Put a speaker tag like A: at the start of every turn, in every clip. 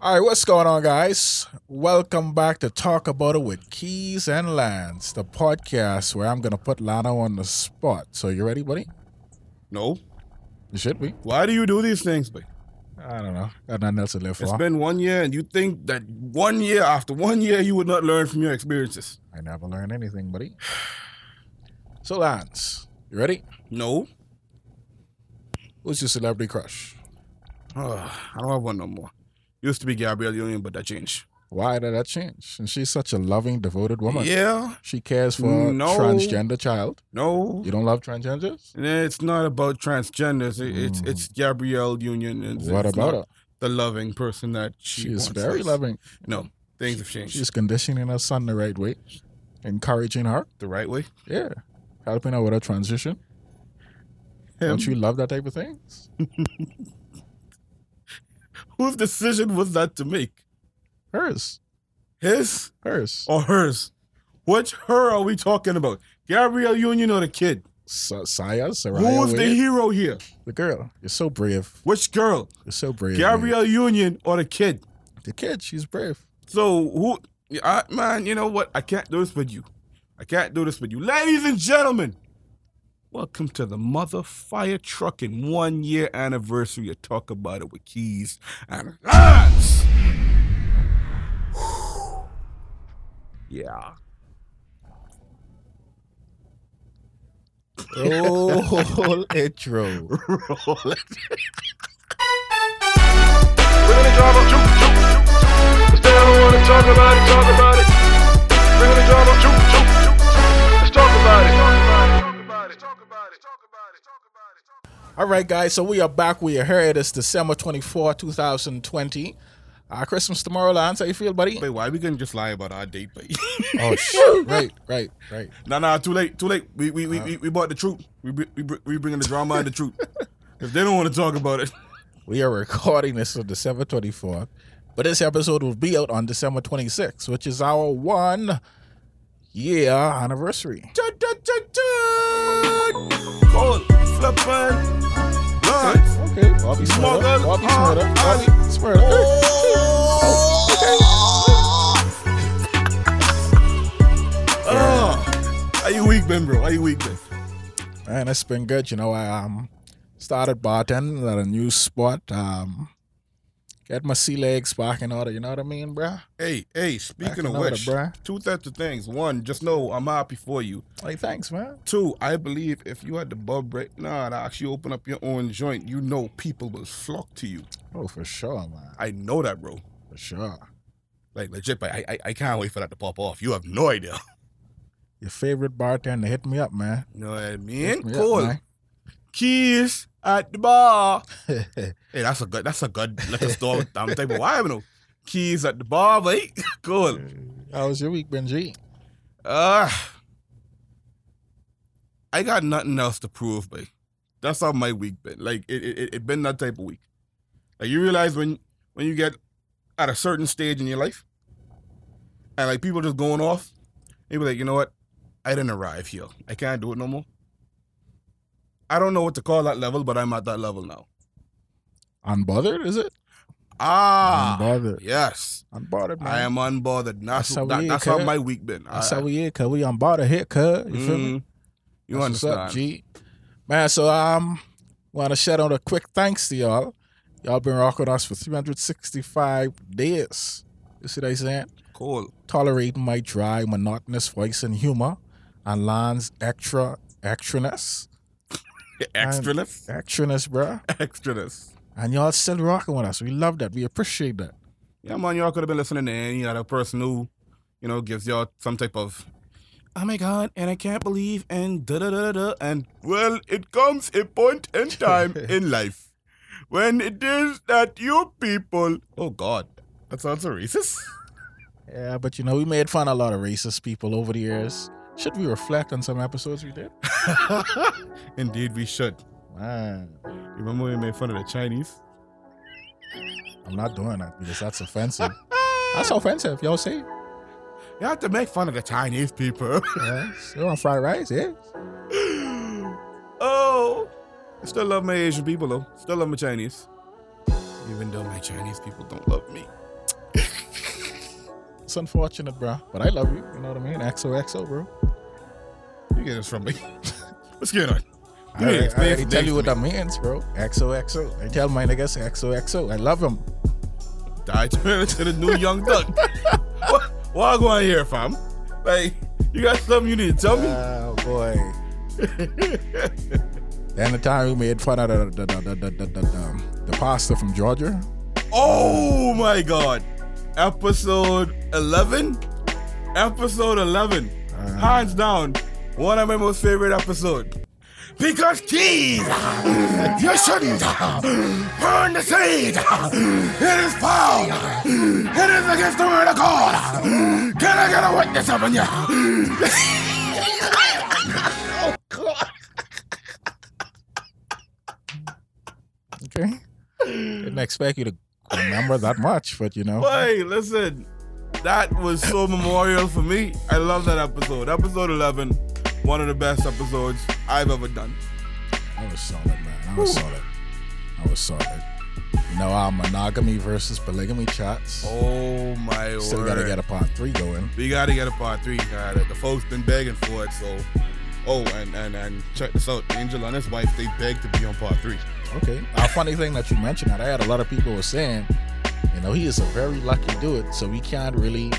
A: All right, what's going on, guys? Welcome back to Talk About It with Keys and Lance, the podcast where I'm going to put Lano on the spot. So, you ready, buddy?
B: No.
A: You should be.
B: Why do you do these things? But
A: I don't know. Got nothing else to live
B: it's
A: for.
B: been one year, and you think that one year after one year you would not learn from your experiences.
A: I never learned anything, buddy. So, Lance, you ready?
B: No.
A: Who's your celebrity crush?
B: Ugh, I don't have one no more. Used to be Gabrielle Union, but that changed.
A: Why did that change? And she's such a loving, devoted woman.
B: Yeah.
A: She cares for a
B: No.
A: transgender child.
B: No.
A: You don't love transgenders?
B: It's not about transgenders. It, It's
A: Mm.
B: it's Gabrielle Union. And
A: what
B: it's
A: about
B: not
A: her?
B: The loving person that she
A: She is
B: wants
A: very
B: us.
A: loving.
B: No, things have changed.
A: She's conditioning her son the right way, encouraging her.
B: the right way.
A: Yeah. Helping her with her transition. Don't
B: Him.
A: you love that type of thing?
B: Whose decision was that to make?
A: Hers.
B: His
A: Hers.
B: or hers? Which her are we talking about? Gabrielle Union or the kid?
A: Sa- Saya, Saraya,
B: Who's the
A: Wade,
B: hero here?
A: the girl. You're so brave.
B: Which girl?
A: You're so brave. man.
B: Gabrielle Union or the kid?
A: The kid, she's brave.
B: So who? I, man, you know what? I can't do this with you. I can't do this with you, ladies and gentlemen. Welcome to the mother fire trucking one year anniversary. of talk about it with keys and Lance. yeah.
A: Oh, whole intro.
B: Roll it.
C: We're gonna drama, juke, juke, juke. Let's down on it, talk about it, talk about it. We're gonna drama, juke, juke, juke. Let's talk about it, talk about it, talk about it, talk about it, talk about it, talk about it, talk about it.
A: All right, guys. So we are back. We are here. It is December 24, 2020. Uh, Christmas tomorrow, Lance. How you feel, buddy?
B: Wait, why are we gonna just lie about our date? But
A: Oh, shit. right, right, right.
B: nah, nah, too late, too late. We we we, we, we bought the truth. We br- we br- we bringing the drama and the truth. If they don't want to talk about it,
A: We are recording this on December 24th, but this episode will be out on December 26th, which is our one year anniversary.
B: Paul, Flippin, Lance.
A: Okay, Bobby Smurda.
B: Mother-
A: Bobby Smurda. Bobby Smurda.
B: Oh, are Ah. you weak, Ben, bro? Are you weak, Ben?
A: And it's been good. You know, I um, started bartending at a new spot. Um, get my sea legs back in order. You know what I mean, bruh?
B: Hey, hey, speaking
A: Backing
B: of
A: out of
B: which,
A: breath.
B: two types of things. One, just know I'm happy for you.
A: Like, thanks, man.
B: Two, I believe if you had the bub right now and actually open up your own joint, you know people will flock to you.
A: Oh, for sure, man.
B: I know that, bro.
A: For sure.
B: Like legit, but I, I I can't wait for that to pop off. You have no idea.
A: Your favorite bartender, hit me up, man.
B: You know what I mean?
A: Hit me up,
B: Cool.
A: man.
B: Keys at the bar. Hey, that's a good that's a good liquor store. I'm thinking, why haven't no keys at the bar, mate? cool.
A: How was your week, Benji?
B: Uh I got nothing else to prove, but that's how my week been. Like it it, it- it been that type of week. Like you realize when when you get at a certain stage in your life, and like people just going off, they be like, you know what? I didn't arrive here. I can't do it no more. I don't know what to call that level, but I'm at that level now.
A: Unbothered, is it?
B: Ah,
A: Unbothered.
B: yes,
A: Unbothered, man.
B: I am unbothered.
A: That's
B: That's, that's,
A: how
B: how,
A: we
B: that's how
A: cut.
B: my week been.
A: That's
B: I-
A: how we is, cause we unbothered here, cuz. You feel me?
B: Mm, you
A: That's what's
B: understand?
A: up, G. Man, so um wanna shout out a quick thanks to y'all. Y'all been rocking us for 365 days. You see what I'm saying?
B: Cool.
A: Tolerating my dry, monotonous voice and humor and Lan's extra extraness.
B: Extraness.
A: Extraness, bruh.
B: Extraness.
A: And y'all still rocking with us. We love that. We appreciate that.
B: Yeah, man, y'all could have been listening to any other person who, you know, gives y'all some type of, oh my God, and I can't believe, and da da da da da. And well, it comes a point in time in life when it is that you people, oh God, that sounds so racist.
A: Yeah, but you know, we made fun of a lot of racist people over the years. Should we reflect on some episodes we did?
B: Indeed, we should.
A: Man.
B: Remember we made fun of the Chinese?
A: I'm not doing that because that's offensive. That's offensive. Y'all say it.
B: You have to make fun of the Chinese people.
A: yeah. You want fried rice? Yeah.
B: oh, I still love my Asian people though. Still love my Chinese, even though my Chinese people don't love me.
A: It's unfortunate, bro. But I love you. You know what I mean? XOXO, bro.
B: You get this from me. What's going on?
A: I
B: You need
A: already,
B: to
A: I
B: explain
A: already
B: some
A: tell
B: things
A: you what
B: to
A: that means, bro. XOXO. I tell my niggas XOXO. I love him.
B: me. I turn into the new young thug. what? What I going on here, fam? Like, you got something you need to tell me?
A: Oh boy. and the time we made fun of the the, the, the, the, the, the, the pastor from Georgia.
B: Oh my God! Episode eleven. Episode eleven. Hands down, one of my most favorite episode. Because keys, you shouldn't burn the seed. It is foul. It is against the word of God. Can I get a witness up in you?
A: Okay. Didn't expect you to remember that much, but you know.
B: Boy, listen, that was so memorial for me. I love that episode. Episode 11, one of the best episodes I've ever done.
A: I was solid, man. I was solid. I was solid. You know our monogamy versus polygamy chats.
B: Oh my
A: Still gotta get a part three going.
B: we gotta get a part three. Uh, the, the folks been begging for it, so. Oh, and, and and check this out. Angel and his wife, they begged to be on part three.
A: Okay. A funny thing that you mentioned that I had a lot of people were saying, you know, he is a very lucky dude, so we can't really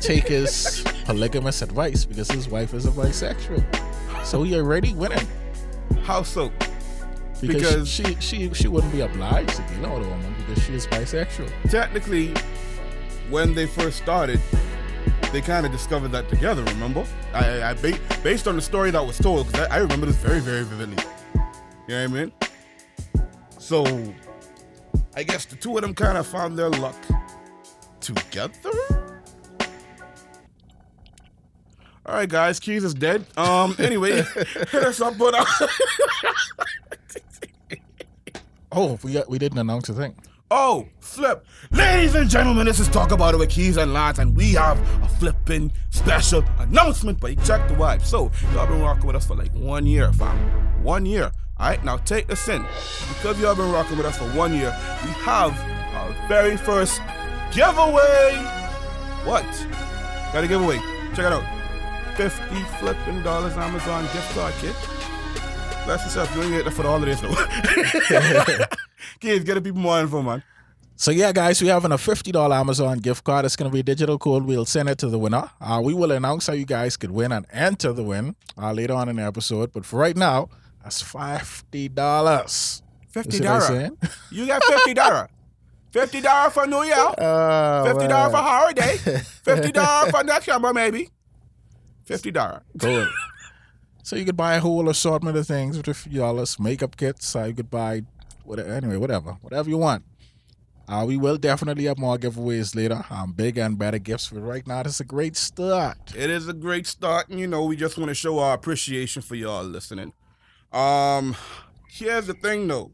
A: take his polygamous advice because his wife is a bisexual. So he already winning
B: How so?
A: because,
B: Because-
A: she, she she wouldn't be obliged to be with a woman because she is bisexual.
B: Technically, when they first started, they kind of discovered that together, remember? I, I, I ba- Based on the story that was told, because I, I remember this very, very vividly. You know what I mean? So, I guess the two of them kind of found their luck together? All right, guys, Keys is dead. Um, anyway, hit us up on our...
A: Oh, we got, we didn't announce a thing.
B: Oh, flip. Ladies and gentlemen, this is Talk About It with Keys and Lance, and we have a flipping special announcement, but check the vibe. So, y'all been rocking with us for like one year, fam. One year. All right, now take this in. Because y'all been rocking with us for one year, we have our very first giveaway. What? Got a giveaway. Check it out. 50 flipping dollars Amazon gift card kit. Bless yourself. You ain't get that for the holidays, though. Kids, get the people more info, man.
A: So yeah, guys, we having a fifty dollar Amazon gift card. It's gonna be a digital code. We'll send it to the winner. Uh, we will announce how you guys could win and enter the win uh, later on in the episode. But for right now, that's fifty dollars.
B: Fifty dollar. You got fifty dollar. Fifty dollar for New Year. Fifty dollar for holiday. Fifty dollar for next summer, maybe. Fifty dollar.
A: Cool. so you could buy a whole assortment of things with a few dollars, makeup kits. Uh, you could buy, whatever, anyway, whatever, whatever you want. Uh, we will definitely have more giveaways later. Um, big and better gifts, but right now this is a great start.
B: It is a great start, and you know we just want to show our appreciation for y'all listening. Um, here's the thing though.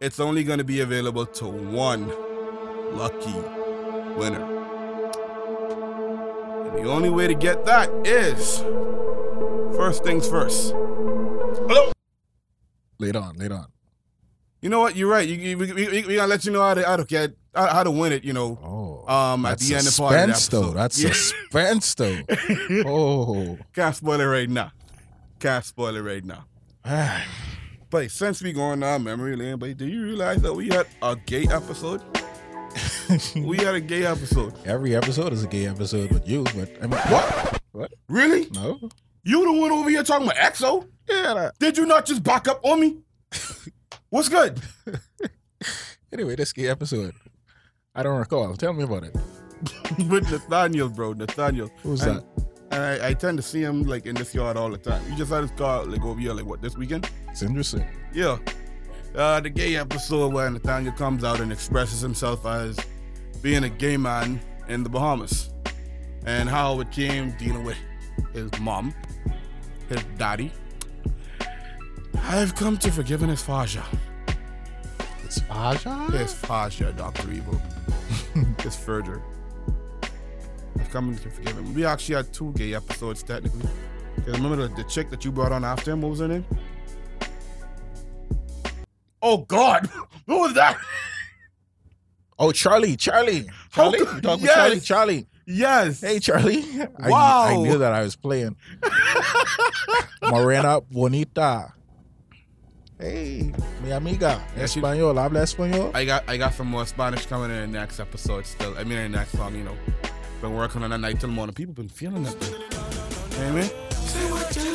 B: It's only going to be available to one lucky winner. And the only way to get that is first things first. Hello.
A: Later on, later on.
B: You know what? You're right. You, you, we, we, we gotta let you know how to how to get how, how to win it. You know,
A: Oh,
B: um, at
A: that's
B: the end of part of the
A: suspense,
B: episode.
A: though. That's
B: yeah.
A: suspense, though. Oh,
B: can't spoil it right now. Can't spoil it right now.
A: Ah,
B: But since we going down memory lane, but do you realize that we had a gay episode? we had a gay episode.
A: every episode is a gay episode with you. But I mean, what? What?
B: Really?
A: No.
B: You the one over here talking about EXO?
A: Yeah. that-
B: Did you not just back up on me? What's good?
A: Anyway, this gay episode. I don't recall. Tell me about it.
B: With Nathaniel, bro, Nathaniel.
A: Who's
B: and,
A: that?
B: And I, I tend to see him like in this yard all the time. You just had his car like over here like what this weekend?
A: It's interesting.
B: Yeah. Uh, the gay episode where Nathaniel comes out and expresses himself as being a gay man in the Bahamas and how it came dealing with his mom, his daddy. I've come to forgiven his Faja.
A: It's Aja.
B: His Faja, Dr. Evil. his Ferger. I've come to forgive him. We actually had two gay episodes technically. 'Cause remember the, the chick that you brought on after him? What was her name? Oh God! What was that?
A: Oh, Charlie, Charlie, Charlie.
B: How could-
A: You talk with
B: yes.
A: Charlie, Charlie.
B: Yes.
A: Hey, Charlie. I, I
B: Wow.
A: knew that I was playing. Morena Bonita. Hey, mi amiga.
B: Yes, you-
A: Espanol. Habla Espanol.
B: I got I got some more Spanish coming in the next episode still. I mean in the next song, you know. Been working on that night till morning. People been feeling that thing. You know what I mean?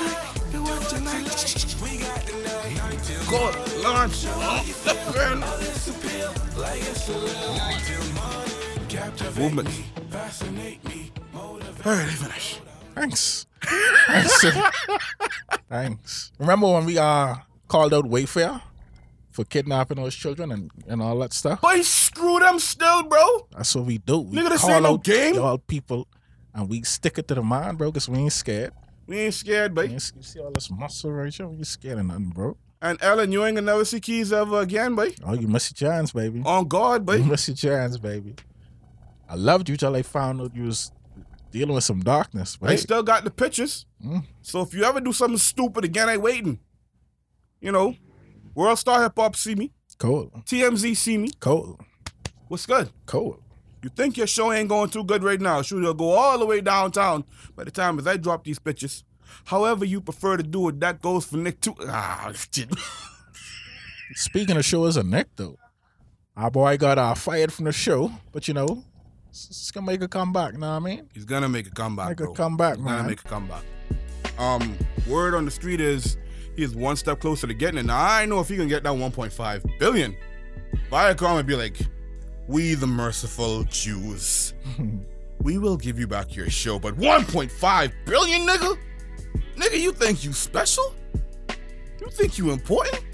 B: Good lunch. Oh, the girl. Movement. All right, I finish.
A: Thanks. Thanks. Thanks. Remember when we uh, called out Wayfair for kidnapping those children and, and all that stuff?
B: Boy, screw them still, bro.
A: That's what we do. We
B: Nigga, this
A: call
B: ain't no
A: out
B: game.
A: Y'all people, and we stick it to the mind, bro, because we ain't scared.
B: We ain't scared,
A: We
B: baby.
A: ain't, you see all this muscle right here? We ain't scared of nothing, bro.
B: And Ellen, you ain't gonna never see keys ever again, boy.
A: Oh, you miss your chance, baby.
B: On guard,
A: You
B: boy.
A: miss your chance, baby. I loved you till I found out you was dealing with some darkness,
B: They
A: but
B: still got the pictures.
A: Mm.
B: So if you ever do something stupid again, I waiting. You know, World Star Hip Hop see me,
A: cold,
B: TMZ see me.
A: cold,
B: What's good?
A: cold.
B: You think your show ain't going too good right now? Shoot, it'll go all the way downtown by the time as I drop these pictures. However you prefer to do it, that goes for Nick too. Ah, shit.
A: Speaking of shows and neck though, our boy got uh, fired from the show, but you know, it's, it's gonna make a comeback. Know what I mean?
B: He's gonna make a comeback,
A: Make a
B: bro.
A: comeback,
B: He's gonna
A: man.
B: make a comeback. Um, word on the street is he is one step closer to getting it. Now I know if he can get that 1.5 billion, Viacom would be like, "We the merciful Jews, we will give you back your show, but 1.5 billion, nigga, nigga, you think you special? You think you important?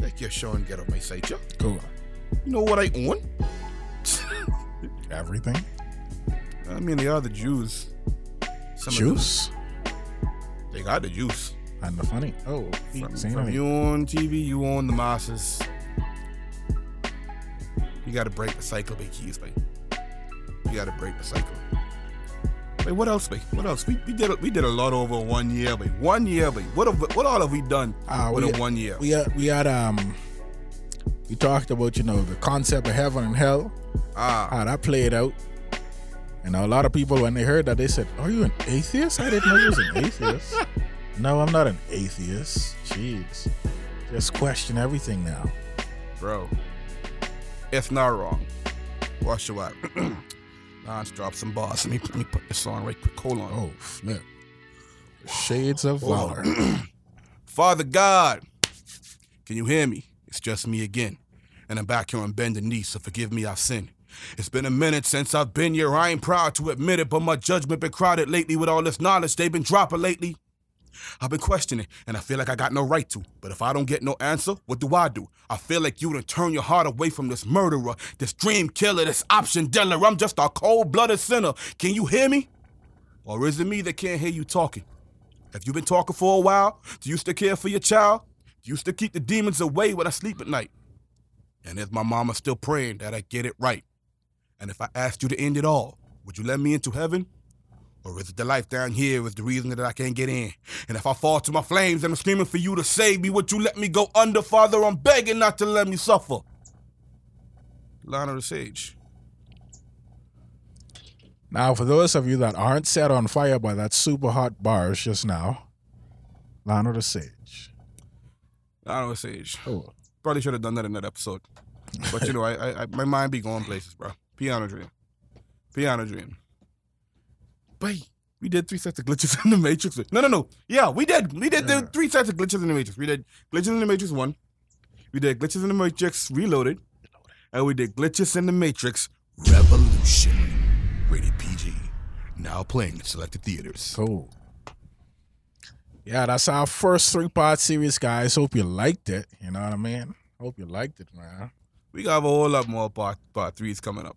B: Take your show and get on my site, yo.
A: Cool.
B: You know what I own?
A: Everything.
B: I mean, they are the Jews. Some of them-
A: Juice
B: They got the juice.
A: and the funny. Oh, he
B: From,
A: seen
B: from
A: it.
B: you on TV, you on the masses. You gotta break the cycle, big keys, like. You gotta break the cycle. Wait, what else, mate? What else? We, we did a, we did a lot over one year, mate. One year, mate. What have, what all have we done
A: Ah, we-
B: within one year?
A: We had, we had um, we talked about you know the concept of heaven and hell.
B: ah,
A: how that played out. And a lot of people, when they heard that, they said, "Are you an atheist? I didn't know you was an atheist." no, I'm not an atheist. Jeez, just question everything now.
B: bro. If not wrong, wash your out. Lance drop some bars. Let me, let me put this on right quick. Hold on.
A: Oh flip! Shades of
B: Hold
A: valor.
B: Father God, can you hear me? It's just me again. And I'm back here on bending knees, so forgive me, I've sinned. It's been a minute since I've been here. I ain't proud to admit it, but my judgment been crowded lately with all this knowledge they've been dropping lately. I've been questioning, and I feel like I got no right to. But if I don't get no answer, what do I do? I feel like you done turn your heart away from this murderer, this dream killer, this option dealer. I'm just a cold-blooded sinner. Can you hear me? Or is it me that can't hear you talking? Have you been talking for a while? Do you still care for your child? Do you still keep the demons away when I sleep at night? And is my mama still praying that I get it right? And if I asked you to end it all, would you let me into heaven? Or is it the life down here is the reason that I can't get in? And if I fall to my flames and I'm screaming for you to save me, would you let me go under, Father? I'm begging not to let me suffer. Line of the Sage.
A: Now, for those of you that aren't set on fire by that super hot bars just now, Lionel the Sage.
B: Line of the Sage.
A: Oh,
B: Probably should have done that in that episode. But you know, I, I, I my mind be going places, bro. Piano dream, piano dream. But we did three sets of glitches in the Matrix. No, no, no. Yeah, we did. We did the three sets of glitches in the Matrix. We did glitches in the Matrix one. We did glitches in the Matrix Reloaded, and we did glitches in the Matrix Revolution. Rated PG. Now playing in selected theaters.
A: cool. Yeah, that's our first three part series, guys. Hope you liked it. You know what I mean? Hope you liked it, man.
B: We got a whole lot more part part threes coming up.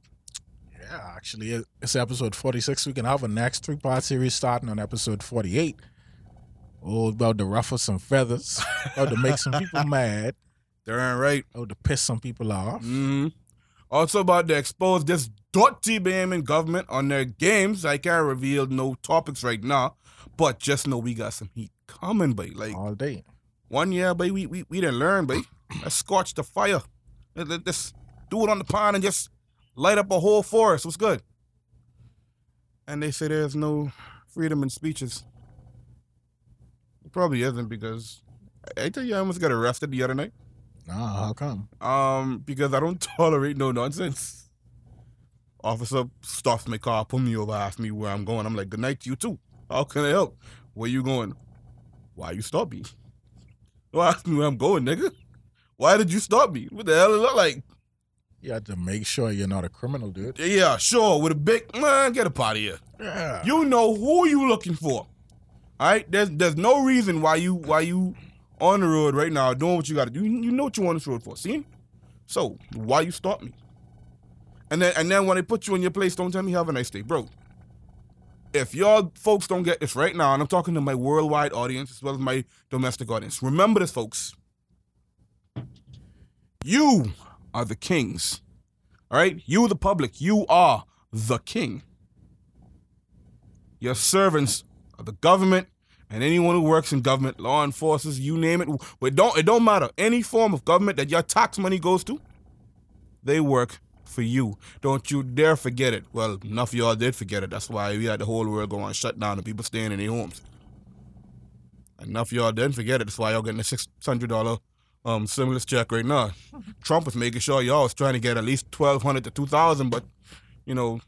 A: Yeah, actually, it- it's episode 46. We can have a next three part series starting on episode 48. Oh, about to ruffle some feathers, about to make some people mad,
B: Darn right.
A: about to piss some people off.
B: hmm Also about to expose this dirty Bahamian government on their games. I can't reveal no topics right now, but just know we got some heat coming, babe. Like
A: All day.
B: one year, babe, we we we didn't learn, babe. Let's scorch the fire. Let, let, us do it on the pond and just light up a whole forest. What's good? and they say there's no freedom in speeches. It probably isn't because I I tell you, I almost got arrested the other night.
A: Nah, how come?
B: Um, because I don't tolerate no nonsense. Officer stops my car, pull me over, ask me where I'm going. I'm like, good night to you too. How can I help? Where you going? Why you stop me? Don't ask me where I'm going, nigga. Why did you stop me? What the hell it look like?
A: You have to make sure you're not a criminal, dude.
B: Yeah, sure, with a big man, get up out of here.
A: Yeah.
B: You know who you looking for. All right, there's there's no reason why you why you on the road right now doing what you got to do. You, you know what you on this road for, see? So why you stop me? And then and then when they put you in your place, don't tell me have a nice day, bro. If y'all folks don't get this right now, and I'm talking to my worldwide audience as well as my domestic audience, remember this, folks. You are the kings. All right, you the public, you are the king your servants of the government and anyone who works in government, law enforcers, you name it. It don't it don't matter. Any form of government that your tax money goes to, they work for you. Don't you dare forget it. Well, enough of y'all did forget it. That's why we had the whole world going shut down and people staying in their homes. Enough of y'all didn't forget it. That's why y'all getting a six hundred dollar um stimulus check right now. Trump was making sure y'all was trying to get at least twelve hundred to two thousand, but you know,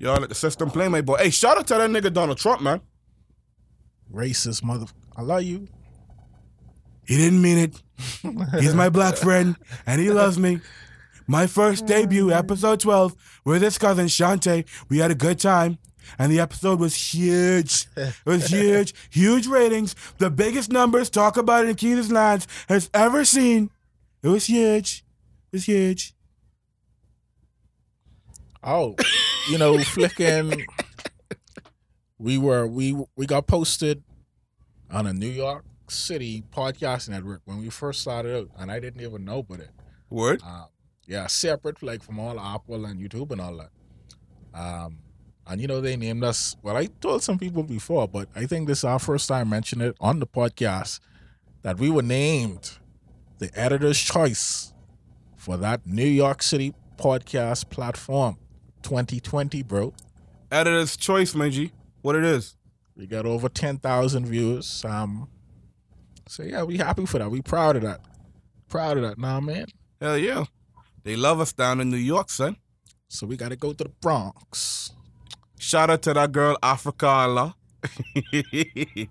B: Y'all let the system play, my boy. Hey, shout out to that nigga Donald Trump, man.
A: Racist mother. I love you.
B: He didn't mean it. He's my black friend, and he loves me. My first debut, episode 12, with his cousin Shantae. We had a good time, and the episode was huge. It was huge, huge ratings. The biggest numbers Talk About It in Keenan's Lines has ever seen. It was huge. It was huge.
A: Oh, you know, flicking. We were we we got posted on a New York City podcast network when we first started out, and I didn't even know but it.
B: Word?
A: Um, yeah, separate like from all Apple and YouTube and all that. Um, and you know they named us. Well, I told some people before, but I think this is our first time mentioning it on the podcast that we were named the editor's choice for that New York City podcast platform 2020, bro.
B: Editor's choice, my G. What it is.
A: We got over 10,000 views. Um, so yeah, we happy for that. We proud of that. Proud of that, nah, man.
B: Hell yeah. They love us down in New York, son.
A: So we got to go to the Bronx.
B: Shout out to that girl Africa Allah. you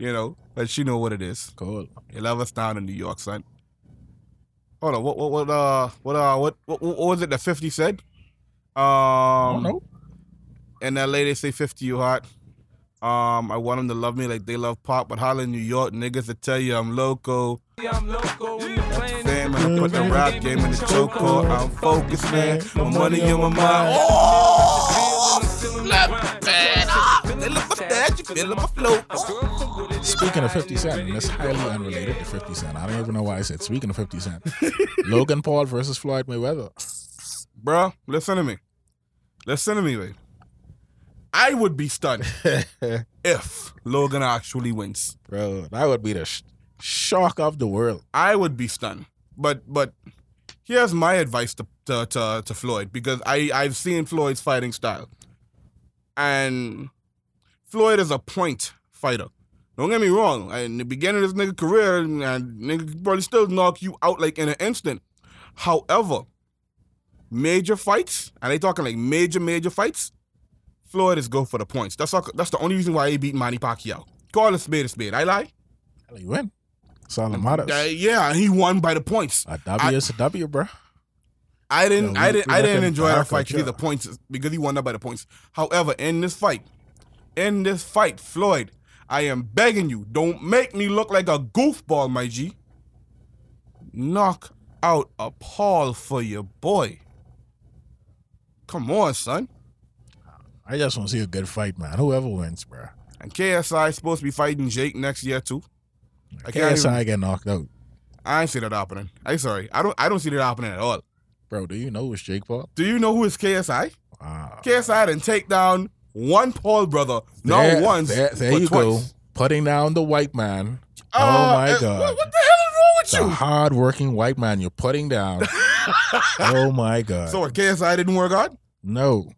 B: know, but she know what it is.
A: Cool.
B: They love us down in New York, son. Hold on, what what what uh what uh what what, what was it that fifty said? Um
A: no.
B: in LA they say fifty you hot. Um I want them to love me like they love pop, but holla in New York, niggas that tell you I'm loco.
D: I'm loco in the plan.
B: Damn, and I put the rap game in the chokehold. I'm focused, man. My money in my mind. Oh, ah.
A: Speaking of 50 Cent, and that's highly unrelated to 50 Cent. I don't even know why I said speaking of 50 Cent. Logan Paul versus Floyd Mayweather.
B: Bruh, listen to me. Listen to me, man. I would be stunned if Logan actually wins.
A: Bro, that would be the sh- shock of the world.
B: I would be stunned. But but here's my advice to to, to, to Floyd because I I've seen Floyd's fighting style, and Floyd is a point fighter. Don't get me wrong. In the beginning of this nigga career, and nigga could probably still knock you out like in an instant. However, major fights, and they talking like major major fights. Floyd is go for the points. That's all, that's the only reason why he beat Manny Pacquiao. Call a spade a spade. I lie.
A: Hell, you win. That's all that matters.
B: Uh, yeah, and he won by the points.
A: A W is a W, bro.
B: I didn't,
A: Yeah,
B: I
A: we-
B: didn't,
A: we
B: I didn't
A: looking
B: enjoy that
A: back
B: fight
A: at
B: because
A: ya.
B: the points because he won that by the points. However, in this fight, in this fight, Floyd, I am begging you, don't make me look like a goofball, my G. Knock out a Paul for your boy. Come on, son.
A: I just want to see a good fight, man. Whoever wins, bro.
B: And KSI is supposed to be fighting Jake next year too. I
A: I
B: can't
A: guess I get knocked out.
B: I ain't see that happening. I'm sorry. I don't. I don't see that happening at all.
A: Bro, do you know it's Jake Paul? Ah.
B: Do you know who is KSI?
A: Wow.
B: KSI didn't take down one Paul brother, not
A: There-
B: once,
A: There, there
B: but
A: you
B: twice.
A: go. Putting down the white man.
B: Uh,
A: oh, my
B: uh,
A: God.
B: What, what the hell is
A: The
B: wrong with
A: hard-working white man you're putting down. oh, my
B: you?
A: God.
B: So what? KSI didn't work out.
A: no.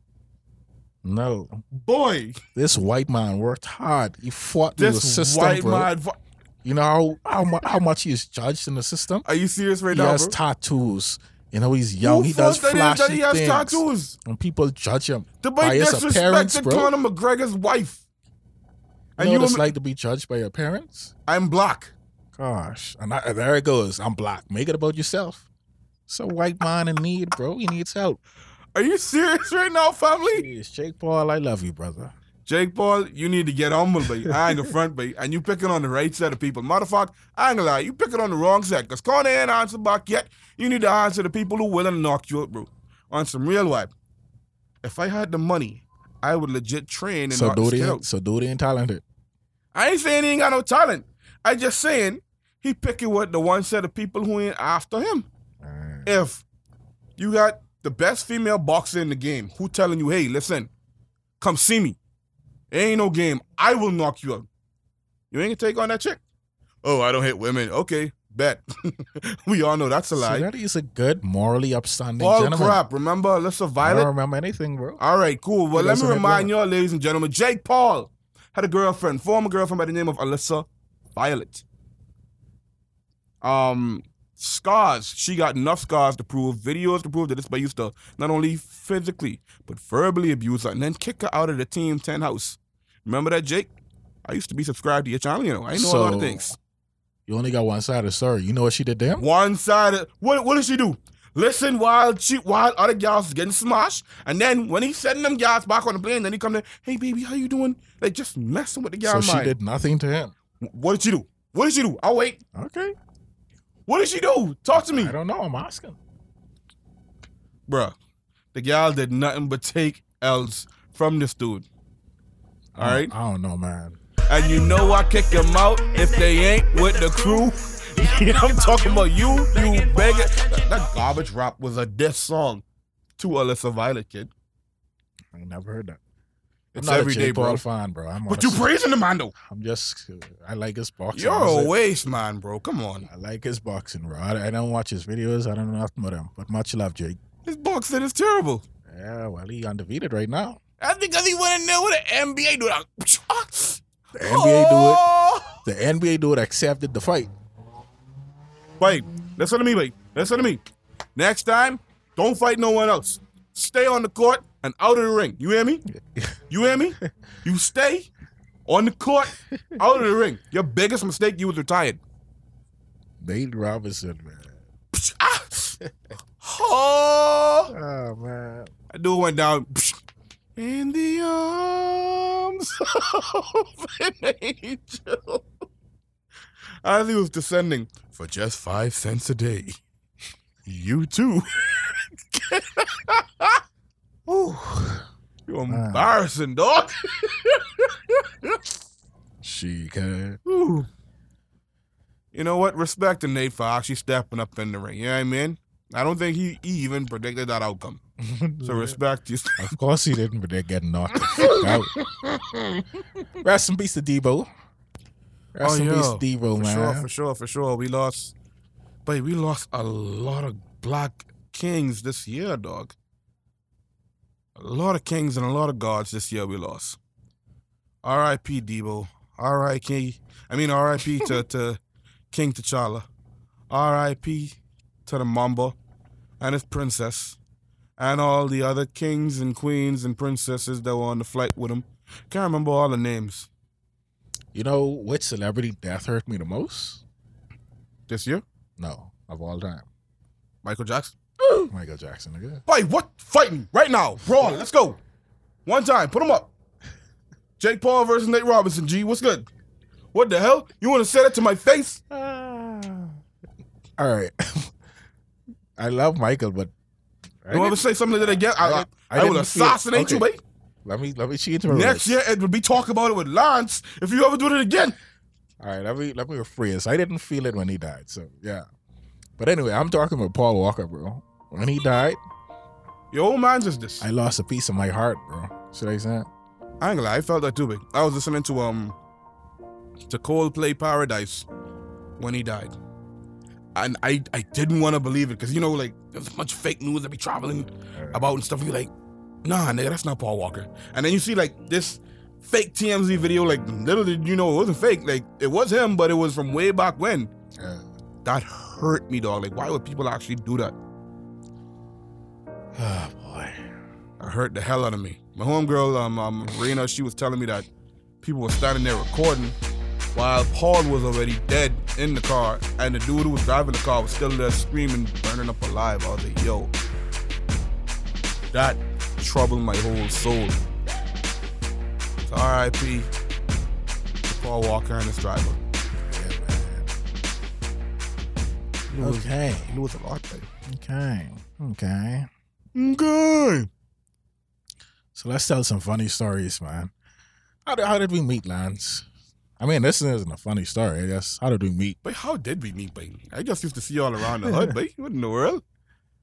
A: No,
B: Boy,
A: this white man worked hard. He fought through the
B: this
A: system,
B: white
A: bro.
B: man. vo-
A: You know how how, mu- how much he is judged in the system.
B: Are you serious right
A: he
B: now,
A: has
B: bro?
A: tattoos. You know he's young. he
B: Who
A: does
B: fuck that is
A: flashy
B: that he
A: things,
B: has tattoos?
A: and people judge him
B: The
A: by
B: boy
A: his appearance,
B: disrespected
A: bro.
B: Conor McGregor's wife.
A: you
B: And
A: know
B: you,
A: what it's
B: like,
A: like to be judged by your parents.
B: I'm black.
A: Gosh, and I, and there it goes. I'm black. Make it about yourself. It's a white man in need, bro. He needs help.
B: Are you serious right now, family?
A: Jeez, Jake Paul, I love you, brother.
B: Jake Paul, you need to get humble, babe. I ain't the front, babe. And you picking on the right set of people. Motherfucker, I ain't gonna lie, you picking on the wrong set. Because Conor ain't answer back yet. You need to answer the people who willing to knock you out, bro. On some real vibe. If I had the money, I would legit train and
A: So
B: not
A: dude,
B: skate
A: ain't-
B: out.
A: so dude ain't talented.
B: I ain't saying he ain't got no talent. I just saying he picking with the one set of people who ain't after him. If you got the best female boxer in the game, who telling you, hey, listen, come see me. Ain't no game. I will knock you out. You ain't gonna take on that chick. Oh, I don't hate women. Okay, bet. we all know that's a
A: So
B: lie.
A: that is a good, morally upstanding
B: All
A: gentleman.
B: crap. Remember Alyssa
A: I don't
B: Violet?
A: remember anything, bro.
B: All right, cool. Well,
A: He
B: let me
A: doesn't have
B: remind
A: one.
B: y'all, ladies and gentlemen, Jake Paul had a girlfriend, former girlfriend by the name of Alyssa Violet. Um, scars. She got enough scars to prove, videos to prove that this boy used to not only physically but verbally abuse her, and then kick her out of the Team Ten house. Remember that, Jake? I used to be subscribed to your channel. You know, I know a lot of
A: So-
B: things.
A: You only got one side of the story. You know what she did to him?
B: One side. Of, what What did she do? Listen while she while other gals is getting smashed, and then when he's sending them gals back on the plane, then he come there. Hey baby, how you doing? Like just messing with the
A: so
B: gal
A: she
B: mind.
A: did nothing to him.
B: What did she do? What did she do? I'll wait.
A: Okay.
B: What did she do? Talk to me,
A: I don't know. I'm asking.
B: bruh. The gal did nothing but take L's from this dude. All right.
A: I don't know, man.
B: And you know I kick them out if they ain't with the crew. I'm talking about you, you beggar. That, that garbage rap was a diss song to Alyssa Violet, kid.
A: I ain't never heard that.
B: It's
A: I'm not
B: every
A: a Jake
B: day,
A: Paul
B: bro.
A: fan, bro. I'm,
B: But you
A: honestly-
B: praising the man though.
A: I'm just, I like his boxing.
B: You're
A: That's
B: a
A: it.
B: waste man, bro. Come on.
A: I like his boxing, bro. I, I don't watch his videos. I don't know nothing about him. But much love, Jake.
B: This boxing is terrible.
A: Yeah, well, he undefeated right now.
B: I think because he went in there with an NBA dude.
A: The NBA do
B: Oh!
A: it. The NBA do it. Accepted the fight.
B: Wait, listen to me, wait. Listen to me. Next time, don't fight no one else. Stay on the court and out of the ring. You hear me? You hear me? You stay on the court, out of the ring. Your biggest mistake, you was retired.
A: Nate Robinson, man.
B: Ah! Oh,
A: Oh man.
B: that dude went down in the arms of an angel. As he was descending for just five cents a day, you too. You're
A: Wow.
B: embarrassing, dog.
A: She can.
B: Whew. You know what? Respect to Nate for actually stepping up in the ring. You know what I mean? I don't think he even predicted that outcome. So respect you.
A: Of course he didn't, but they're getting knocked the fuck out. Rest in peace to Debo. Rest in peace
B: yo,
A: to Debo,
B: Oh, for
A: man.
B: sure, for sure, for sure. We lost, but we lost a lot of black kings this year, dog. A lot of kings and a lot of gods this year we lost. R.I.P. Debo. R.I.K. I mean R.I.P. to, to King T'Challa. R.I.P. to the Mamba and his princess and all the other kings and queens and princesses that were on the flight with him. Can't remember all the names
A: You know which celebrity death hurt me the most?
B: this year.
A: No, of all time.
B: Michael Jackson.
A: Michael Jackson, nigga.
B: Boy, what? Fighting right now. Brawl. Let's go. One time. Put him up. Jake Paul versus Nate Robinson. G, what's good? What the hell? You want to say that to my face?
A: All right. I love Michael, but I
B: You want to
A: didn't-
B: say something that again? I, I,
A: I- I
B: I will
A: didn't feel-
B: assassinate you,
A: okay.
B: babe.
A: let me let me change my words.
B: Next year, it will be talk about it with Lance if you ever do it again.
A: All right, let me let me rephrase. I didn't feel it when he died, so yeah. But anyway, I'm talking about Paul Walker, bro. When he died,
B: Your old man just this.
A: I lost a piece of my heart, bro. Should I say that?
B: I ain't gonna lie, I felt that too, big. I was listening to um to Coldplay Paradise when he died. And I, I didn't want to believe it because you know like there's much fake news that be traveling about and stuff. You like, nah, nigga, that's not Paul Walker. And then you see like this fake TMZ video, like little did you know it wasn't fake. Like it was him, but it was from way back when.
A: Yeah.
B: That hurt me, dog. Like, why would people actually do that?
A: Oh boy.
B: It hurt the hell out of me. My homegirl, um, um, Rena, she was telling me that people were standing there recording while Paul was already dead in the car, and the dude who was driving the car was still there screaming, burning up alive. I was like, yo, that troubled my whole soul. It's R.I.P. Paul Walker and his driver.
A: Yeah, man.
B: It was,
A: Okay.
B: it was a lot, like.
A: Okay. Okay.
B: Okay.
A: So let's tell some funny stories, man. How did, how did we meet, Lance? I mean, this isn't a funny story. I guess. How did we meet?
B: But how did we meet, baby? I just used to see y'all around the hood, baby. What in the world?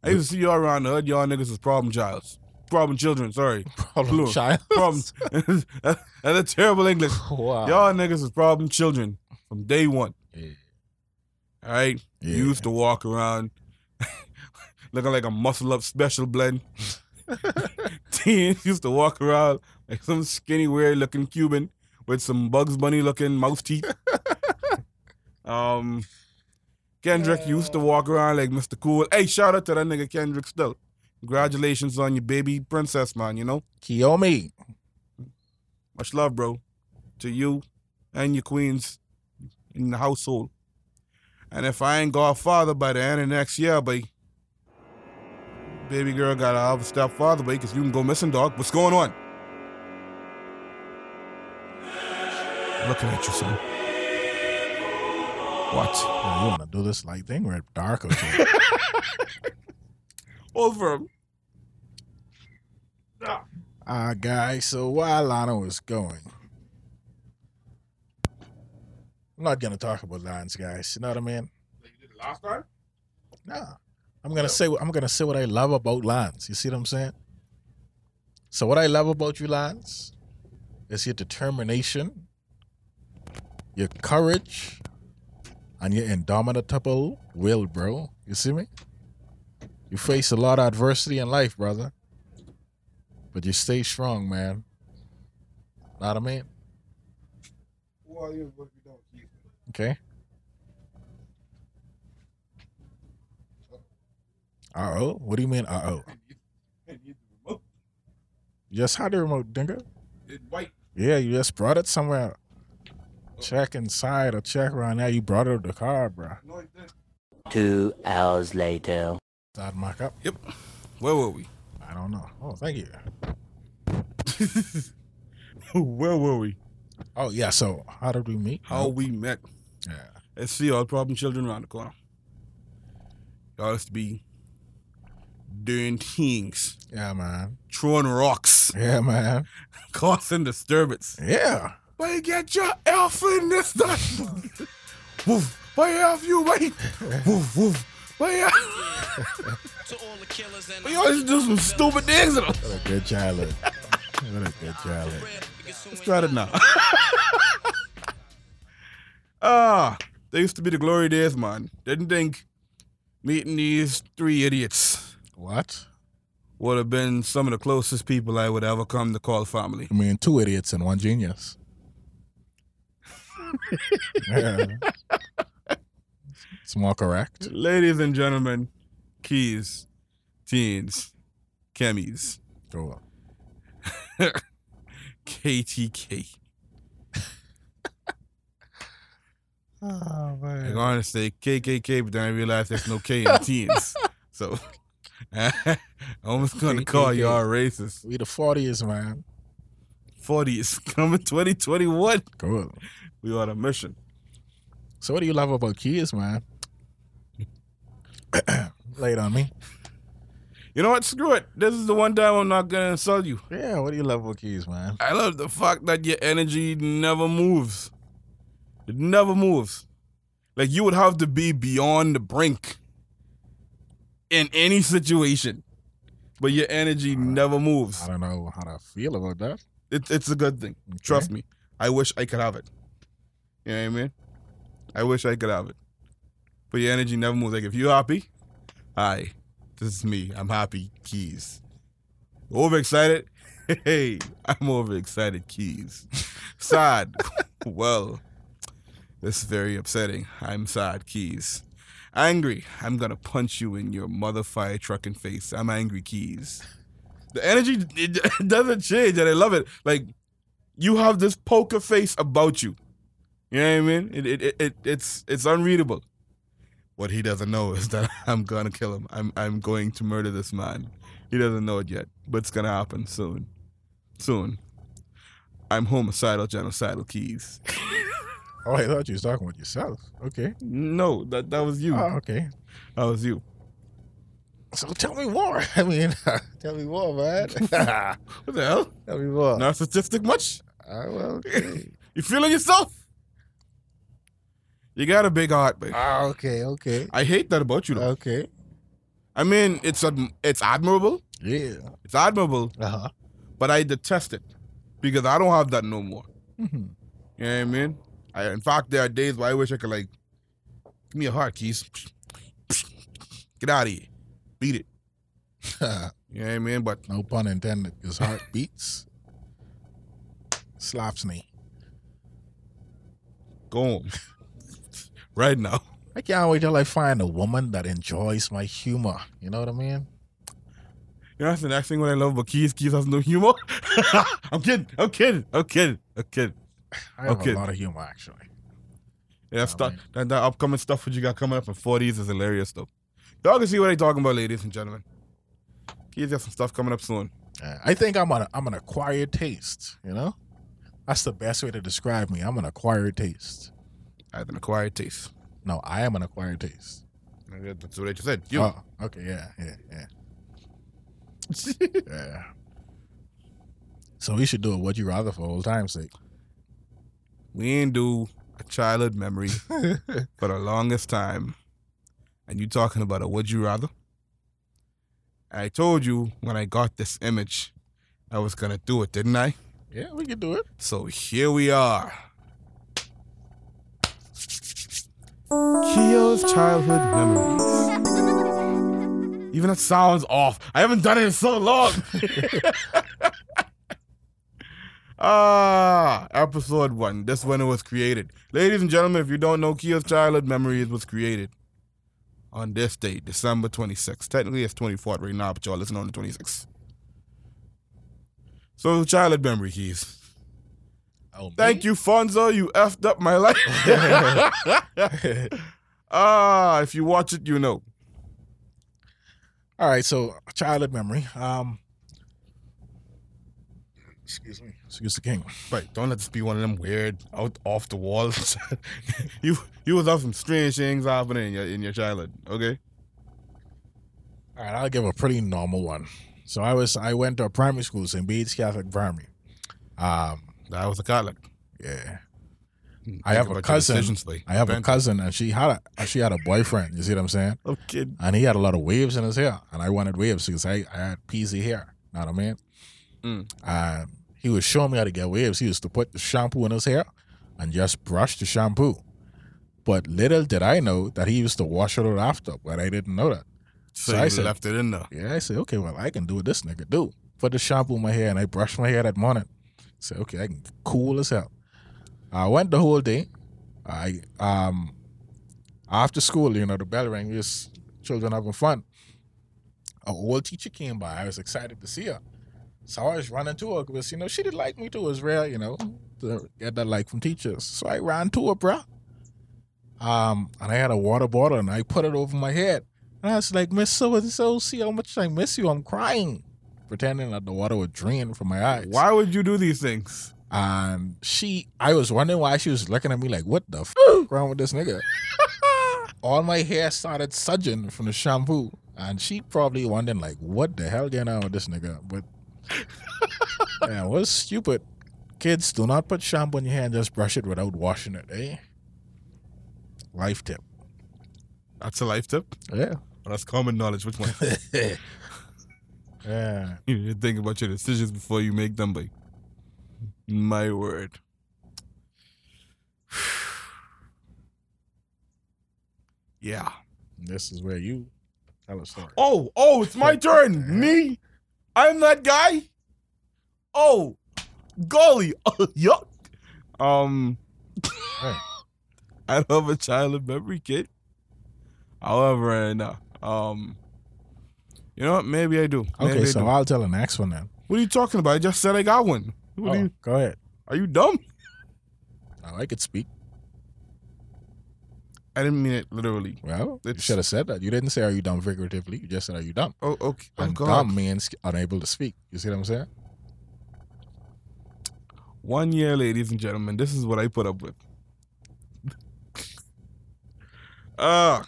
B: I used to see y'all around the hood. Y'all niggas was problem childs. Problem children, sorry.
A: Problem
B: Look,
A: child.
B: Problem. That's a terrible English.
A: Wow.
B: Y'all niggas was problem children from day one.
A: Yeah.
B: All right?
A: Yeah.
B: You used to walk around looking like a muscle up special blend. Teens used to walk around like some skinny, weird looking Cuban with some Bugs Bunny looking mouse teeth. um, Kendrick used to walk around like Mr. Cool. Hey, shout out to that nigga Kendrick still. Congratulations on your baby princess, man, you know?
A: Kiyomi.
B: Much love, bro, to you and your queens in the household. And if I ain't godfather by the end of next year, baby, baby girl gotta have a stepfather, baby, because you can go missing, dog. What's going on? Looking at you, son. What?
A: Yeah, you want to do this like thing? We're dark or something.
B: Over.
A: Ah, guys. So while Lana was going, I'm not gonna talk about lines, guys. You know what I mean?
B: Last time?
A: Nah. I'm gonna say I'm gonna say what I love about Lance. You see what I'm saying? So what I love about you, Lance, is your determination, your courage, and your indomitable will, bro. You see me? You face a lot of adversity in life, brother. But you stay strong, man. Know what I mean? Okay. Uh oh. What do you mean? Uh oh. Just how the remote, dingo? Yeah, you just brought it somewhere. Check inside or check around now. You brought it to the car, bro.
E: Two hours later.
A: That mock up.
B: Yep. Where were we?
A: I don't know. Oh, thank you.
B: Where were we?
A: Oh yeah. So how did we meet?
B: How we met.
A: Yeah.
B: and see all problem children around the corner. Y'all used to be doing things,
A: Yeah, man.
B: throwing rocks,
A: Yeah, man.
B: causing disturbance.
A: Yeah.
B: Why you get your elf in this done? woof. Why elf you wait? Woof woof. Why elf? We all used to do some stupid things. and-
A: What a good childhood. what a good childhood.
B: Let's try it now. ah, they used to be the glory days, man. Didn't think meeting these three idiots
A: What?
B: would have been some of the closest people I would ever come to call family.
A: I mean, two idiots and one genius. yeah. It's more correct.
B: Ladies and gentlemen, keys, teens, chemies,
A: Cool.
B: KTK.
A: Oh
B: I
A: man.
B: wanted to say KKK, but then I realized there's no K in teens. So I almost going to call
A: KKK.
B: y'all racist.
A: We the forties, man.
B: 40 is coming 2021.
A: Cool.
B: We on a mission.
A: So what do you love about kids, man? Lay it on me.
B: You know what? Screw it. This is the one time I'm not going to insult you.
A: Yeah, what do you love about kids, man?
B: I love the fact that your energy never moves. It never moves. Like you would have to be beyond the brink in any situation, but your energy never
A: I
B: moves.
A: don't know how to feel about that.
B: It, it's a good thing. Trust me. I wish I could have it. You know what I mean? I wish I could have it. But your energy never moves. Like if you're happy, I, this is me. I'm happy. Keys. Overexcited? Hey, I'm overexcited, Keys. Sad. well, this is very upsetting. I'm sad, Keys. Angry. I'm gonna punch you in your mother fire trucking face. I'm angry, Keys. The energy it doesn't change, and I love it. Like you have this poker face about you. You know what I mean? It, it, it, it it's it's unreadable. What he doesn't know is that I'm gonna kill him. I'm I'm going to murder this man. He doesn't know it yet, but it's gonna happen soon. Soon. I'm homicidal, genocidal keys.
A: Oh, I thought you was talking about yourself. Okay.
B: No, that that was you.
A: Oh, okay.
B: That was you.
A: So tell me more. I mean, tell me more, man.
B: What the hell?
A: tell me more.
B: Narcissistic much?
A: I will. Okay.
B: You feeling yourself? You got a big heart, baby.
A: Ah, okay. Okay.
B: I hate that about you. Though.
A: Okay.
B: I mean, it's adm- it's admirable.
A: Yeah.
B: It's admirable,
A: Uh huh.
B: but I detest it because I don't have that no more.
A: Mm-hmm.
B: You know what I mean? I, in fact, there are days where I wish I could like, give me a heart, keys. Get out of here, beat it. You know what I mean? But
A: no pun intended. His heart beats. Slaps me.
B: go home right now.
A: I can't wait till I find a woman that enjoys my humor. You know what I mean?
B: You know that's the next thing what I love about Keys. Keys has no humor. I'm kidding. I'm kidding. I'm kidding. I'm kidding.
A: I have
B: Okay.
A: a lot of humor, actually.
B: Yeah, that,
A: Nah,
B: stuff, that, that upcoming stuff what you got coming up in 40s is hilarious, though. Y'all can see what I'm talking about, ladies and gentlemen. Keys got some stuff coming up soon.
A: Uh, I think I'm on. A, I'm an acquired taste. You know, that's the best way to describe me. I'm an acquired taste.
B: I have an acquired taste.
A: No, I am an acquired taste.
B: That's what I just said. You.
A: Oh, okay. Yeah. Yeah. Yeah. yeah. So we should do a "Would You Rather" for old time's sake.
B: We ain't do a childhood memory for the longest time. And you talking about a would you rather? I told you when I got this image, I was going to do it, didn't I?
A: Yeah, we could do it.
B: So here we are. Keo's childhood memories. Even that sounds off. I haven't done it in so long. ah, episode one. This when it was created. Ladies and gentlemen, if you don't know, Keo's childhood memories was created on this date, December 26th. Technically, it's 24th right now, but y'all listening on the 26th. So, childhood memory, Keys.
A: Oh,
B: Thank you, Fonzo. You effed up my life. ah, if you watch it, you know.
A: All right, so childhood memory. Um, excuse me. Excuse the king.
B: Right, don't let this be one of them weird, out off the walls. you you was off some strange things happening in your in your childhood. Okay,
A: All right, I'll give a pretty normal one. So I was I went to primary school, St. Bede's Catholic Primary. Um,
B: that was a Catholic.
A: yeah,
B: Think
A: I have
B: about
A: a
B: your
A: cousin.
B: decisions, Lee.
A: I have a
B: Repent.
A: cousin, and she had a she had a boyfriend. You see what I'm saying?
B: I'm kidding.
A: And he had a lot of waves in his hair, and I wanted waves because I, I had peasy hair. Know what I mean?
B: Mm.
A: And he was showing me how to get waves. He used to put the shampoo in his hair and just brush the shampoo. But little did I know that he used to wash it out after, but I didn't know that.
B: So,
A: So I
B: you
A: said-
B: left it in there.
A: Yeah, I said, okay, well, I can do what this nigga do. Put the shampoo in my hair, and I brushed my hair that morning. Said, okay, I can cool as hell. I went the whole day. I um after school, you know, the bell rang. We was children having fun. A old teacher came by. I was excited to see her, so I was running to her because you know she didn't like me too. It's rare, you know, to get that like from teachers. So I ran to her, bruh. Um, and I had a water bottle and I put it over my head. And I was like, Miss So and so, see how much I miss you. I'm crying, pretending that the water would drain from my eyes.
B: Why would you do these things?
A: And Um, she, I was wondering why she was looking at me like, what the f wrong with this nigga? All my hair started sudsing from the shampoo. And she probably wondering like, what the hell going on with this nigga? But man, what's stupid? Kids, do not put shampoo in your hair and just brush it without washing it, eh? Life tip.
B: That's a life tip.
A: Yeah.
B: Or that's common knowledge. Which one?
A: yeah.
B: you need to think about your decisions before you make them. But my word. yeah.
A: This is where you tell a story.
B: Oh, oh, it's my turn. Me? I'm that guy. Oh, golly, oh, yuck. Um,
A: Right.
B: I love a child of memory, kid. However, and uh, um, you know what? Maybe I do. Maybe
A: Okay,
B: I
A: so
B: do.
A: I'll tell the next one then.
B: what are you talking about? I just said I got one. What
A: Oh,
B: are you?
A: Go ahead.
B: Are you dumb?
A: Oh, I could speak.
B: I didn't mean it literally.
A: Well, you
B: It's-
A: should have said that. You didn't say "Are you dumb?" figuratively. You just said "Are you dumb?"
B: Oh, okay. Oh,
A: and
B: God.
A: dumb means unable to speak. You see what I'm saying?
B: One year, ladies and gentlemen, this is what I put up with. uh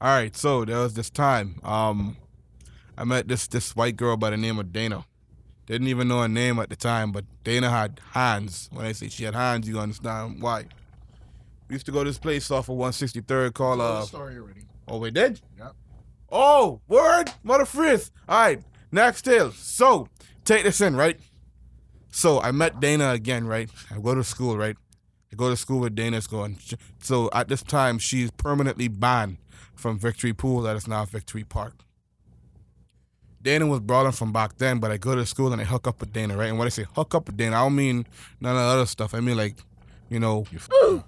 B: all right, so there was this time. Um I met this this white girl by the name of Dana. Didn't even know her name at the time, but Dana had hands. When I say she had hands, you understand why. We used to go to this place off of 163rd called uh
A: story already.
B: Oh, we did?
A: Yep.
B: Oh, word, mother frizz. All right, next tale. So, take this in, right? So, I met Dana again, right? I go to school, right? I go to school with Dana's going. sh- So, at this time, she's permanently banned from Victory Pool that is now Victory Park. Dana was brought in from back then, but I go to school and I hook up with Dana, right? And when I say hook up with Dana, I don't mean none of the other stuff. I mean, like, you know,
A: You f-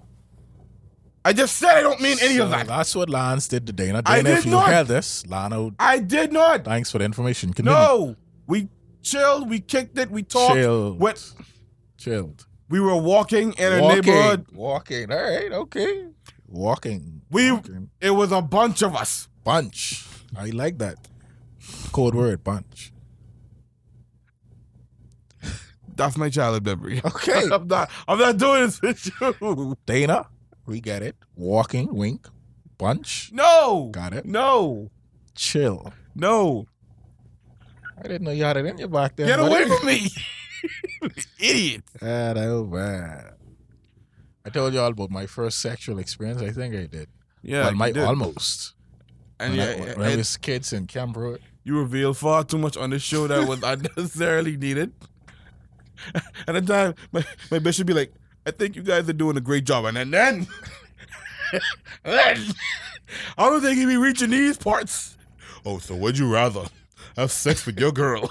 B: I just said I don't mean any
A: So
B: of that.
A: That's what Lance did to Dana. Dana,
B: I did
A: if you
B: not.
A: hear this, Lana,
B: I did not.
A: thanks for the information. Continue.
B: No, we chilled. We kicked it. We talked.
A: Chilled.
B: What?
A: Chilled.
B: We were walking in a
A: walking.
B: neighborhood.
A: Walking. All right. Okay. Walking.
B: We-
A: Walking.
B: It was a bunch of us.
A: bunch. I like that. Code word bunch.
B: That's my childhood memory.
A: Okay.
B: I'm not. I'm not doing this with you.
A: Dana, we get it. Walking, wink, bunch.
B: No.
A: Got it.
B: No.
A: Chill.
B: No.
A: I didn't know you had it in your back there.
B: Get
A: buddy.
B: away from me, idiot.
A: Ah, that was bad. I told you all about my first sexual experience. I think I did.
B: Yeah,
A: well, my,
B: you did.
A: almost.
B: and
A: when
B: yeah,
A: I,
B: yeah,
A: when I
B: and
A: was kids in Camp Road.
B: you revealed far too much on this show that was unnecessarily needed. At the time, my, my bitch should be like, I think you guys are doing a great job. And then, then, then I don't think he'd be reaching these parts. Oh, so would you rather have sex with your girl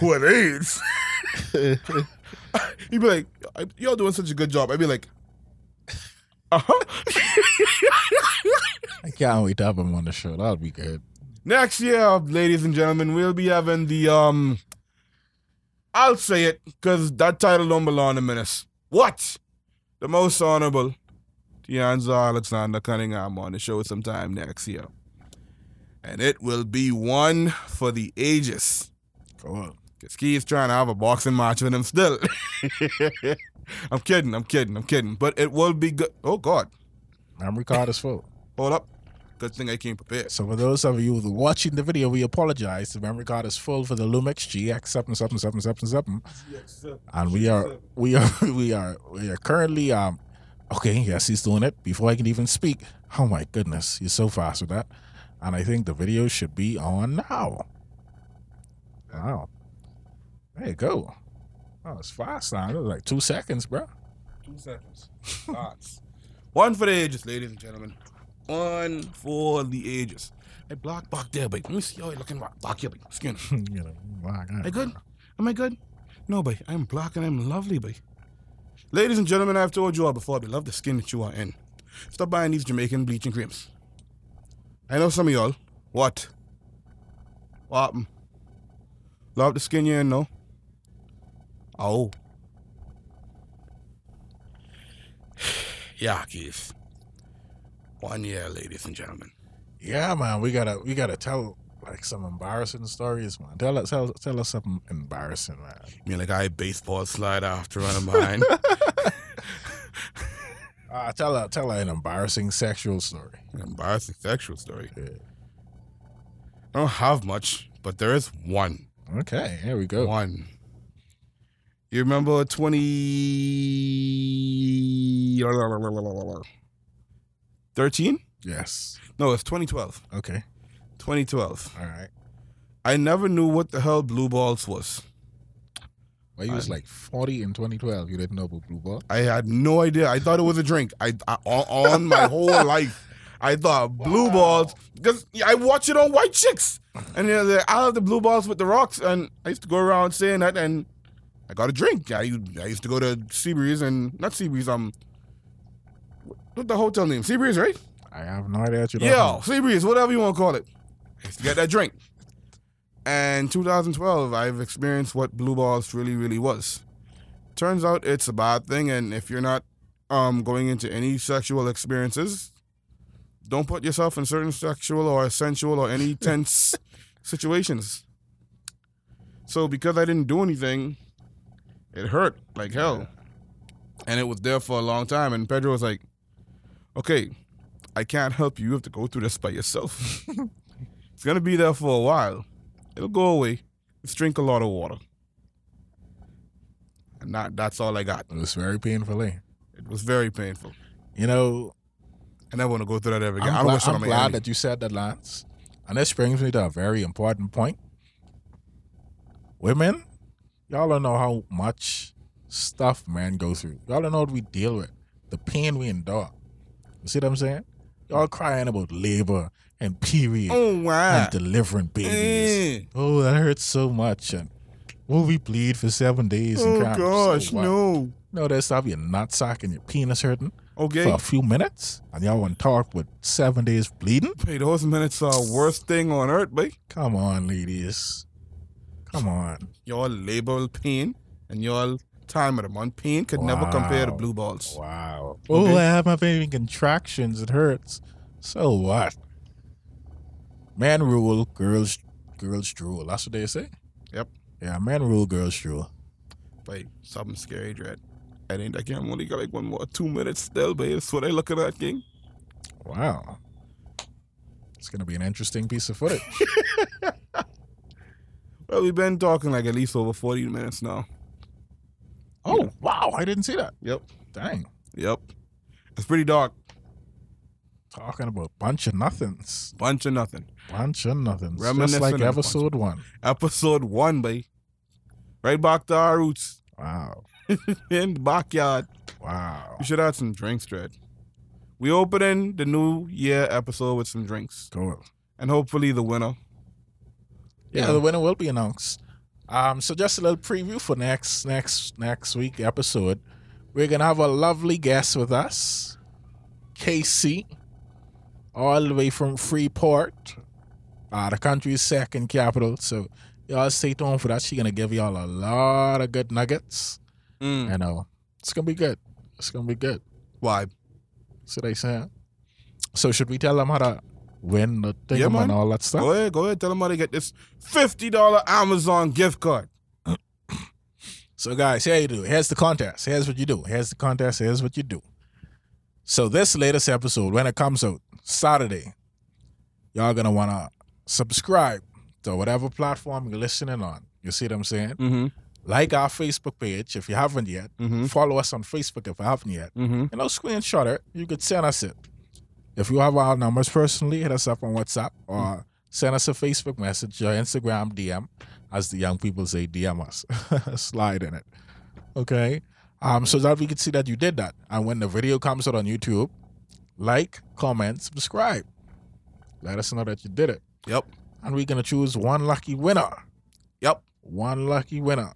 B: who had AIDS? he'd be like, "Y- y'all doing such a good job. I'd be like, uh-huh.
A: I can't wait to have him on the show. That'll be good.
B: Next year, ladies and gentlemen, we'll be having the um. I'll say it because that title don't belong to Menace. What? The most honorable, Tianza Alexander Cunningham on the show sometime next year, and it will be one for the ages.
A: Cool.
B: Cause Keith's trying to have a boxing match with him still. I'm kidding. I'm kidding. I'm kidding. But it will be good. Oh God,
A: Memory card is full.
B: hold up. Good thing I came prepared.
A: So for those of you who are watching the video, we apologize. The memory card is full for the Lumix GX something something something something something, and we are we are we are we are currently um okay. Yes, he's doing it before I can even speak. Oh my goodness, you're so fast with that. And I think the video should be on now. Wow, there you go. Oh, it's fast now. It was like two seconds, bro.
B: Two seconds. Thoughts. One for the ages, ladies and gentlemen. One for the ages. Hey, block back there, babe. Let me see how you're looking. Block, block here, babe. Skin.
A: you know, my God.
B: I good? Am I good? No, babe. I'm black and I'm lovely, babe. Ladies and gentlemen, I've told you all before, they love the skin that you are in. Stop buying these Jamaican bleaching creams. I know some of y'all. What? What? happened? Love the skin you're in, no? Oh. Yeah, Keith. One year, ladies and gentlemen.
A: Yeah, man, we gotta we gotta tell like some embarrassing stories, man. Tell us tell, tell us something embarrassing, man.
B: You mean like I baseball slide after running behind?
A: Uh, tell her tell her an embarrassing sexual story.
B: Embarrassing sexual story.
A: Yeah.
B: I don't have much, but there is one.
A: Okay, here we go.
B: One. You remember 20. 13?
A: Yes.
B: No, it's 2012.
A: Okay.
B: 2012.
A: All right.
B: I never knew what the hell blue balls was.
A: Well, you was like forty in 2012. You didn't know about blue ball.
B: I had no idea. I thought it was a drink. I, I all, on my whole life, I thought blue balls because I watch it on white chicks, and they're like, I love the blue balls with the rocks, and I used to go around saying that, and I got a drink. I I used to go to Seabreeze and not Seabreeze, um, what the hotel name? Seabreeze, right?
A: I have no idea what you're
B: Yeah,
A: talking
B: Seabreeze, whatever you want to call it. I used to get that drink. And 2012, I've experienced what blue balls really, really was. Turns out it's a bad thing, and if you're not um, going into any sexual experiences, don't put yourself in certain sexual or sensual or any tense situations. So because I didn't do anything, it hurt like hell. And it was there for a long time. And Pedro was like, okay, I can't help you. You have to go through this by yourself. it's gonna be there for a while. It'll go away. Just drink a lot of water. And that, that's all I got.
A: It was very painful. eh?
B: It was very painful.
A: You know,
B: I never want to go through that ever again.
A: I'm,
B: I don't
A: gla-
B: wish it
A: I'm
B: on my
A: glad
B: enemy.
A: that you said that, Lance. And this brings me to a very important point. Women, y'all don't know how much stuff men go through. Y'all don't know what we deal with, the pain we endure. You see what I'm saying? Y'all crying about labor and period
B: Oh wow.
A: and delivering babies.
B: Eh.
A: Oh, that hurts so much. And will we bleed for seven days?
B: Oh
A: and cry.
B: gosh,
A: So what?
B: no.
A: No, that stuff, your nutsack and your penis hurting
B: Okay.
A: for a few minutes, and y'all want to talk with seven days bleeding?
B: Hey, those minutes are worst thing on earth, babe.
A: Come on, ladies. Come on.
B: Your labor pain and your time of the month pain could never compare to
A: Wow.
B: blue balls.
A: Wow. Oh, I have my baby contractions. It hurts. So what? Man rule, girls, girls drool. That's what they say.
B: Yep.
A: Yeah, man rule, girls drool.
B: Like something scary, dread. I think that game only got like one more two minutes still, babe. That's what I look at that game.
A: Wow. It's gonna be an interesting piece of footage.
B: Well, we've been talking like at least over forty minutes now.
A: oh wow! I didn't see that.
B: Yep.
A: Dang.
B: Yep. It's pretty dark.
A: Talking about bunch of nothings.
B: Bunch of nothing.
A: Bunch of nothings. Just
B: Reminiscent
A: like
B: of a bunch.
A: episode one.
B: Episode one, babe. Right back to our roots
A: Wow.
B: in the backyard.
A: Wow.
B: We should add some drinks, Dread. We opening the new year episode with some drinks.
A: Cool.
B: And hopefully the winner.
A: Yeah,
B: Yeah.
A: the winner will be announced. Um, so just a little preview for next next next week episode. We're gonna have a lovely guest with us, Casey, all the way from Freeport, uh, the country's second capital. So y'all stay tuned for that. She's gonna give y'all a lot of good nuggets.
B: Mm.
A: You know, it's gonna be good. It's gonna be good.
B: Why?
A: So they saying. So should we tell them how to win the thing
B: Yeah, man.
A: and all that stuff?
B: Go ahead, go ahead. Tell them how to get this $50 Amazon gift card.
A: So, guys, here you do. Here's the contest. Here's what you do. Here's the contest. Here's what you do. So, this latest episode, when it comes out Saturday, y'all gonna wanna subscribe to whatever platform you're listening on. You see what I'm saying?
B: Mm-hmm.
A: Like our Facebook page if you haven't yet.
B: Mm-hmm.
A: Follow us on Facebook if you haven't yet.
B: Mm-hmm.
A: You know, screenshot it. You could send us it. If you have our numbers personally, hit us up on WhatsApp or send us a Facebook message or Instagram DM, as the young people say, DM us. Slide in it. Okay? Um, so that we could see that you did that. And when the video comes out on YouTube, like, comment, subscribe. Let us know that you did it.
B: Yep.
A: And we're going to choose one lucky winner.
B: Yep.
A: One lucky winner.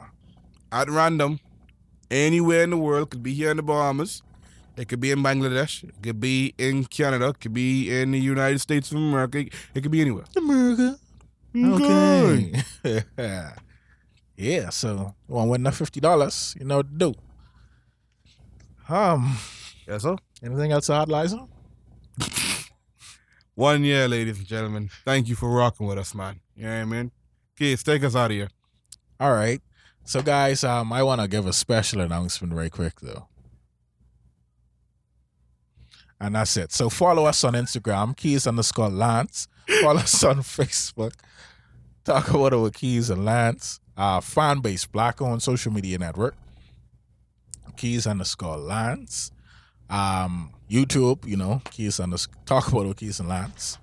B: At random. Anywhere in the world. Could be here in the Bahamas. It could be in Bangladesh. It could be in Canada. It could be in the United States of America. It could be anywhere. Mm-hmm.
A: America. Okay. yeah, so you want to win that fifty dollars, you know what to do. Um,
B: Yes, sir.
A: anything else to add, Liza?
B: One year, ladies and gentlemen. Thank you for rocking with us, man. You know what I mean? Kids, take us out of here.
A: All right. So guys, um, I wanna give a special announcement very quick though. And that's it. So follow us on Instagram, keys underscore Lance. Follow us on Facebook. Talk about our keys and Lance. Uh fan base black owned social media network. Keys underscore Lance. Um YouTube, you know, keys underscore talk about our keys and Lance.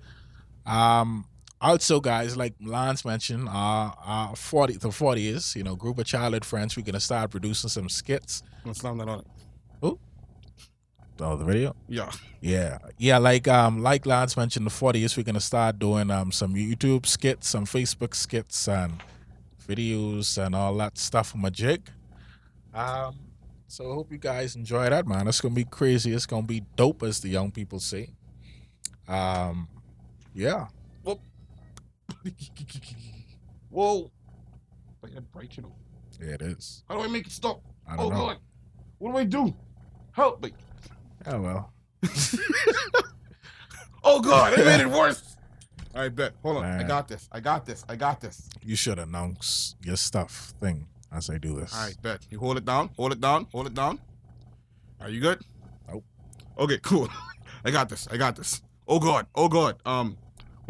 A: Um also, guys, like Lance mentioned, uh, uh, 40 to 40 is, you know, group of childhood friends. We're going to start producing some skits.
B: I'm gonna slam that on it.
A: Who? Oh, the video.
B: Yeah.
A: Yeah, yeah. Like um, like Lance mentioned, the forties we're gonna start doing um some YouTube skits, some Facebook skits, and videos and all that stuff. My jig. Um, so I hope you guys enjoy that, man. It's gonna be crazy. It's gonna be dope, as the young people say. Um, yeah.
B: Whoa. Wait, that bright, you know.
A: Yeah, it is.
B: How do I make it stop?
A: I
B: Oh
A: don't know.
B: God. What do I do? Help me.
A: Oh well.
B: Oh God, I made it worse. All right, bet. Hold on. I
A: Man.
B: got this. I got this. I got this.
A: You should announce your stuff thing as I do this.
B: All right, bet. You hold it down. Hold it down. Hold it down. Are you good?
A: Nope.
B: Okay, cool. I got this. I got this. Oh God. Oh God. Um,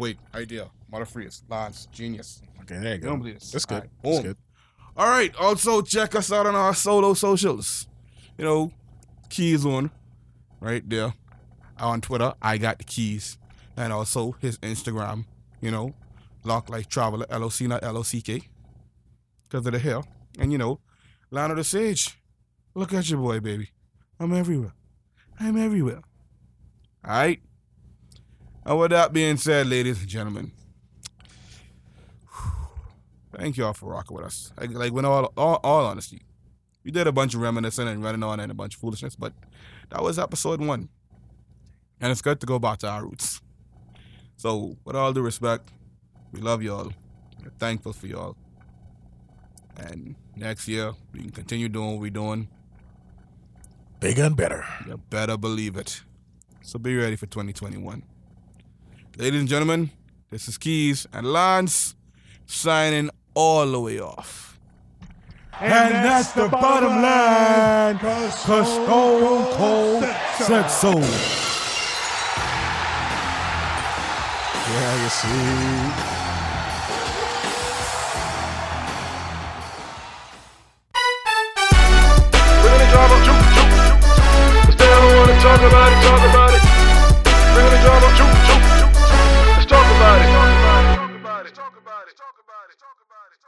B: wait. Idea. Mother Freeze. Lance. Genius.
A: Okay, there you
B: You don't
A: go.
B: believe this.
A: That's good.
B: All
A: That's
B: right,
A: good.
B: boom. All right. Also, check us out on our solo socials. You know, keys on right there on Twitter. I got the keys, and also his Instagram. You know, lock like traveler. L O C not L O C K, because of the hair. And you know, Lionel the Sage. Look at your boy, baby. I'm everywhere. I'm everywhere. All right. And with that being said, ladies and gentlemen, Thank y'all for rocking with us. Like, like when all, all, all honesty, we did a bunch of reminiscing and running on and a bunch of foolishness, but that was episode one, and it's good to go back to our roots. So, with all due respect, we love y'all. We're thankful for y'all. And next year, we can continue doing what we're doing.
A: Bigger and better.
B: You better believe it. So be ready for 2021. Ladies and gentlemen, this is Keys and Lance signing all the way off. And, that's, the bottom line. Cause Stone Cold said so.
A: Yeah, you see.
C: Bring the drama, juke, juke, juke. Let's stay on and talk about it, talk about it. Bring the drama, juke, juke, juke. Let's talk about it, talk about it, talk about it, talk about it, talk about it, talk about it.